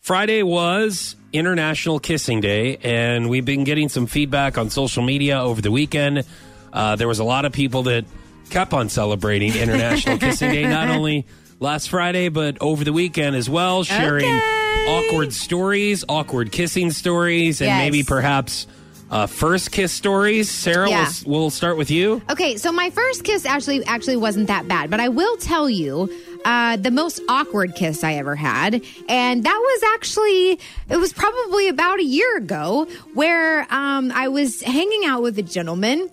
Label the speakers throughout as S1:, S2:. S1: Friday was International Kissing Day, and we've been getting some feedback on social media over the weekend. Uh, there was a lot of people that kept on celebrating International Kissing Day, not only last Friday, but over the weekend as well, sharing
S2: Okay.
S1: awkward stories, awkward kissing stories, and
S2: Yes.
S1: maybe perhaps uh, first kiss stories. Sarah,
S2: Yeah.
S1: we'll, we'll start with you.
S2: Okay, so my first kiss actually actually wasn't that bad, but I will tell you uh, the most awkward kiss I ever had, and that was actually it was probably about a year ago where um, I was hanging out with a gentleman.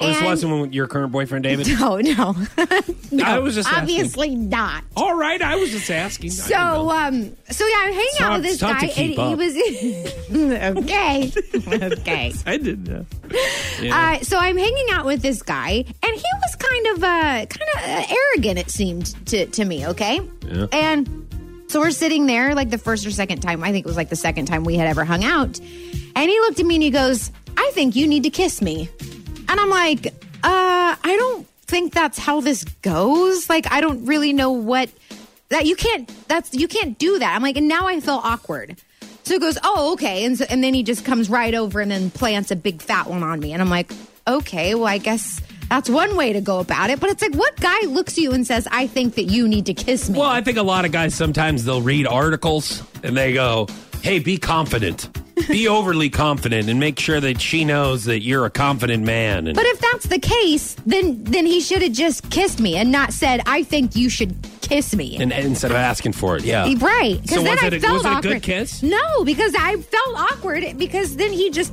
S1: Oh, this
S2: and-
S1: wasn't with your current boyfriend, David.
S2: No, no, no.
S1: I was just asking.
S2: obviously not.
S1: All right, I was just asking. I didn't
S2: So,
S1: know.
S2: um, so yeah, I'm hanging out
S1: hard-
S2: with this
S1: it's hard to
S2: guy,
S1: keep up.
S2: and he was okay, okay.
S1: I didn't know.
S2: Uh, so I'm hanging out with this guy, and he was kind of uh, kind of uh, arrogant. It seemed to to me. Okay,
S1: Yeah.
S2: and so we're sitting there like the first or second time. I think it was like the second time we had ever hung out, and he looked at me and he goes, "I think you need to kiss me," and I'm like, "Uh, I don't think that's how this goes. Like, I don't really know what that you can't. That's you can't do that." I'm like, and now I feel awkward. So he goes, "Oh, okay," and so, and then he just comes right over and then plants a big fat one on me, and I'm like, "Okay, well, I guess." That's one way to go about it, but it's like, what guy looks at you and says, "I think that you need to kiss me"?
S1: Well, I think a lot of guys sometimes they'll read articles and they go, "Hey, be confident, be overly confident, and make sure that she knows that you're a confident man." And
S2: But if that's the case, then then he should have just kissed me and not said, "I think you should kiss me."
S1: and, and instead of asking for it, yeah.
S2: right? Because
S1: So
S2: then
S1: was
S2: I
S1: it a-
S2: felt
S1: was it a
S2: awkward.
S1: good kiss?
S2: No, because I felt awkward because then he just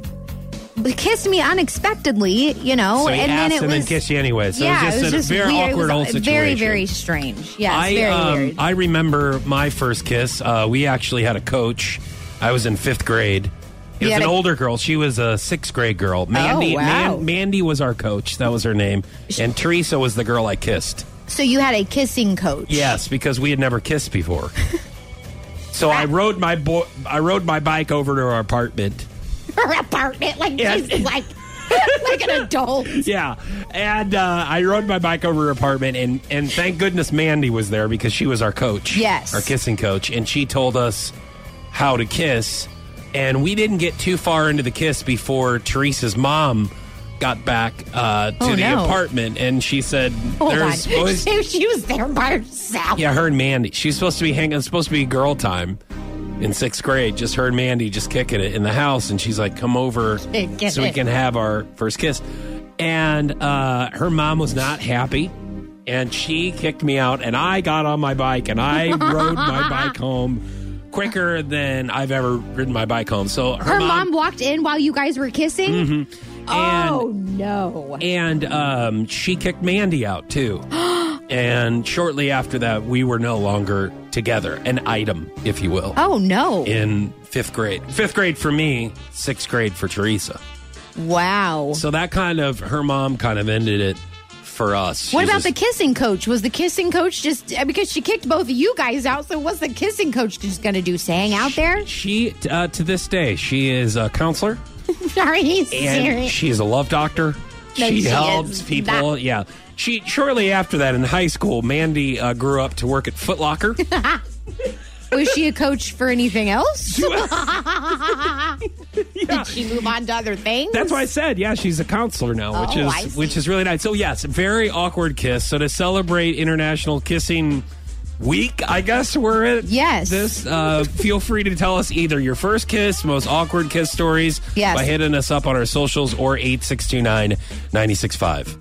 S2: kissed me unexpectedly, you know,
S1: So he
S2: and
S1: asked
S2: then it
S1: and
S2: was
S1: then kissed you anyway. So
S2: yeah,
S1: it was just
S2: it was
S1: a
S2: just
S1: very
S2: weird. It
S1: awkward
S2: was
S1: old situation.
S2: Very very strange. Yes,
S1: I
S2: very
S1: um,
S2: weird.
S1: I remember my first kiss. Uh, we actually had a coach. I was in fifth grade. It
S2: You
S1: was
S2: had
S1: an
S2: a- Oh,
S1: older girl. She was a sixth grade girl. Mandy,
S2: wow.
S1: Mandy was our coach. That was her name. And Teresa was the girl I kissed.
S2: so you had a kissing coach.
S1: Yes, because we had never kissed before. so I rode my bo- I rode my bike over to our apartment.
S2: her apartment, like
S1: Yeah.
S2: she's like like an adult.
S1: Yeah, and uh, I rode my bike over to her apartment, and and thank goodness Mandy was there because she was our coach.
S2: Yes.
S1: our kissing coach, and she told us how to kiss. And we didn't get too far into the kiss before Teresa's mom got back uh, to
S2: Oh,
S1: the
S2: no.
S1: apartment, and she said,
S2: Hold
S1: "There's
S2: on,
S1: always-
S2: she, she was there by herself.
S1: Yeah, her and Mandy. She's supposed to be hanging. It's supposed to be girl time in sixth grade. Just her and Mandy just kicking it in the house, and she's like, "Come over
S2: Kicking
S1: so we
S2: it.
S1: can have our first kiss." And uh, her mom was not happy, and she kicked me out. And I got on my bike and I rode my bike home quicker than I've ever ridden my bike home. So her, Mm-hmm.
S2: Her mom, walked in while you guys were kissing.
S1: and
S2: oh no!
S1: and um, she kicked Mandy out too. and shortly after that, we were no longer together, an item, if you will,
S2: oh no!
S1: in fifth grade. Fifth grade for me, sixth grade for Teresa.
S2: wow.
S1: So that kind of, her mom kind of ended it for us.
S2: What
S1: She's
S2: about the
S1: just-
S2: kissing coach? Was the kissing coach just uh, because she kicked both of you guys out? So what's the kissing coach just going to do? Staying out there?
S1: She, uh, to this day, she is a counselor
S2: Are you
S1: and
S2: serious?
S1: she's a love doctor.
S2: No,
S1: she,
S2: she
S1: helps
S2: is
S1: people.
S2: not.
S1: Yeah. She shortly after that in high school, Mandy uh, grew up to work at Foot Locker.
S2: Was she a coach for anything else? Did she move on to other things?
S1: That's why I said, yeah, she's a counselor now, which
S2: Oh, I
S1: is
S2: see.
S1: which is really nice. So yes, very awkward kiss. So to celebrate International Kissing Week, I guess we're at
S2: Yes.
S1: This uh, feel free to tell us either your first kiss, most awkward kiss stories
S2: Yes.
S1: by hitting us up on our socials or eight six two nine ninety six five.